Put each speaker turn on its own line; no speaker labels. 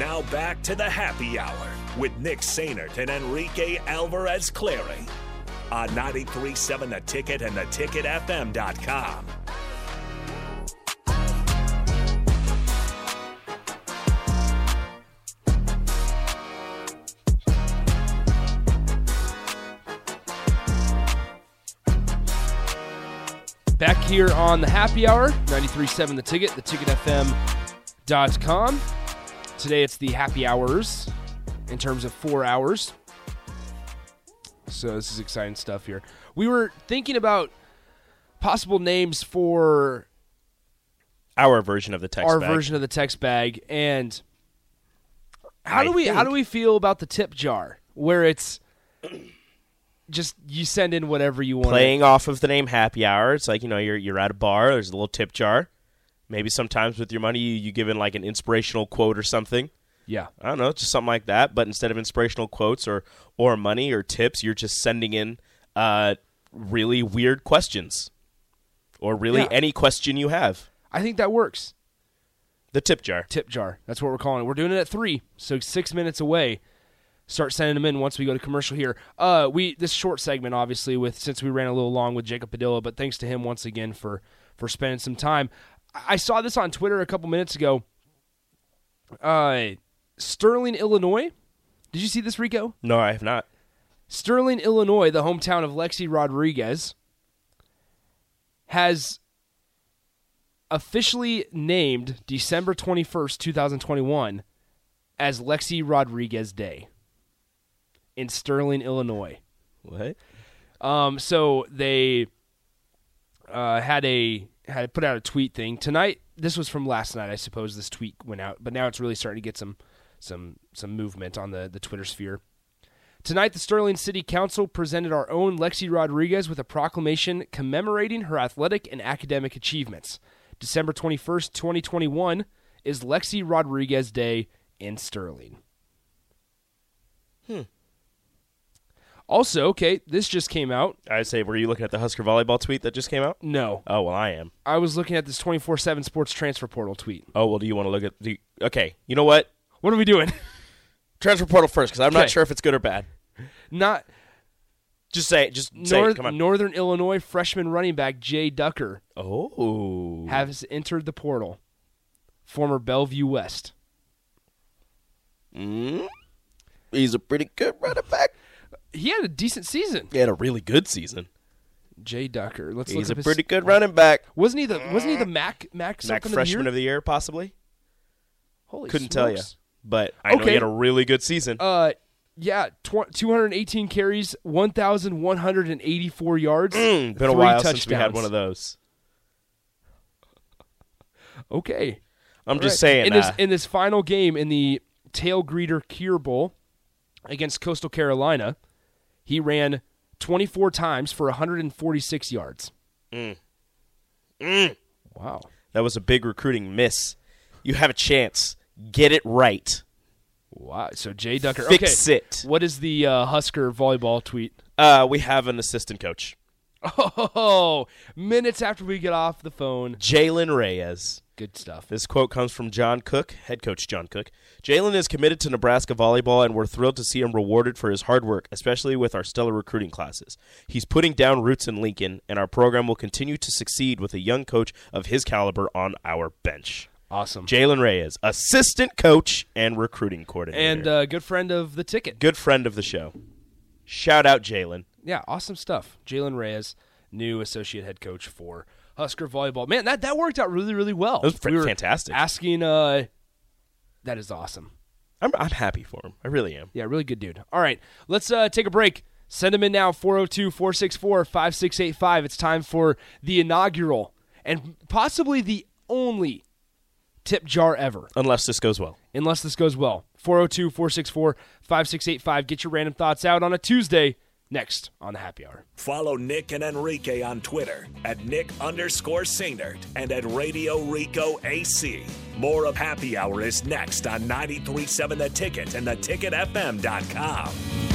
Now back to the happy hour with Nick Sainert and Enrique Alvarez Clary on 937 The Ticket and theticketfm.com.
Back here on the happy hour, 93.7 The Ticket, theticketfm.com. Today it's the happy hours in terms of four hours. So this is exciting stuff here. We were thinking about possible names for
Our version of the text
our
bag.
version of the text bag and how
I
do we how
think-
do we feel about the tip jar where it's just you send in whatever you want
playing off of the name happy hour. It's like, you know, you're you're at a bar, there's a little tip jar. Maybe sometimes with your money you, you give in like an inspirational quote or something.
yeah
I don't know, just something like that. But instead of inspirational quotes or or money or tips, you're just sending in uh, really weird questions, or really
Yeah.
any question you have.
i think that works
The tip jar.
tip jar that's what we're calling it we're doing it at three so six minutes away start sending them in once we go to commercial here uh we this short segment obviously with since we ran a little long with jacob padilla but thanks to him once again for for spending some time i I saw this on twitter a couple minutes ago uh sterling illinois did you see this rico
No, I have not.
Sterling, Illinois, the hometown of Lexi Rodriguez, has officially named December 21st, 2021 as Lexi Rodriguez Day in Sterling, Illinois.
What?
Um, so they uh, had a had put out a tweet thing tonight. This was from last night, I suppose. This tweet went out, but now it's really starting to get some some some movement on the the Twitter sphere. Tonight, the Sterling City Council presented our own Lexi Rodriguez with a proclamation commemorating her athletic and academic achievements. December 21st, 2021 is Lexi Rodriguez Day in Sterling. Also, okay, this just came out.
I say, were you looking at the Husker volleyball tweet that just came out?
No,
Oh well, I am.
I was looking at this 24 7 sports transfer portal tweet.
Oh well, do you want to look at the? Okay, you know what?
What are we doing?
Transfer portal first, because I'm
Okay.
not sure if it's good or bad.
Not
Just say, it. just say, it.
North,
come on.
Northern Illinois freshman running back Jay Ducker
oh,
has entered the portal. Former Bellevue West.
Mm. he's a pretty good running back.
He had a decent season.
He had a really good season.
Jay Ducker. Let's look
He's a
up his-
pretty good running back.
Wasn't he the wasn't he the Mac Mac
Mac
something
freshman
of
of the year, possibly.
the year? Holy
Couldn't tell you,
smokes.
but I know
Okay.
he had a really good season.
Uh, yeah, tw- 218 carries, 1,184 yards.
Mm, been a
three
while
touchdowns.
since we had one of those.
Okay,
I'm just
Right.
saying.
in this
uh,
in this final game in the Tail Greeter Cure Bowl against Coastal Carolina, he ran 24 times for 146 yards.
Mm.
Mm. Wow.
that was a big recruiting miss. You have a chance. Get it right.
Wow. So Jay Ducker.
Fix
okay.
it.
What is the uh, Husker volleyball tweet?
Uh, we have an assistant coach,
Oh, minutes after we get off the phone.
Jalen Reyes.
Good stuff.
This quote comes from John Cook, head coach John Cook. Jalen is committed to Nebraska volleyball, and we're thrilled to see him rewarded for his hard work, especially with our stellar recruiting classes. He's putting down roots in Lincoln, and our program will continue to succeed with a young coach of his caliber on our bench.
Awesome.
Jalen Reyes, assistant coach and recruiting coordinator.
and uh, good friend of the ticket.
good friend of the show. Shout out Jalen.
Yeah, awesome stuff. Jalen Reyes, new associate head coach for Husker volleyball. Man, that that worked out really really well.
That was fr-
were
fantastic.
Asking, uh, that is awesome.
I'm, I'm happy for him. I really am.
Yeah, really good dude. All right, let's uh, take a break. Send them in now 402 464 5685. It's time for the inaugural and possibly the only tip jar ever.
Unless this goes well.
unless this goes well. 402 464 5685. Get your random thoughts out on a Tuesday next on the happy hour.
Follow Nick and Enrique on Twitter at Nick underscore Sainert and at Radio Rico AC. More of Happy Hour is next on 937 The Ticket and theticketfm.com.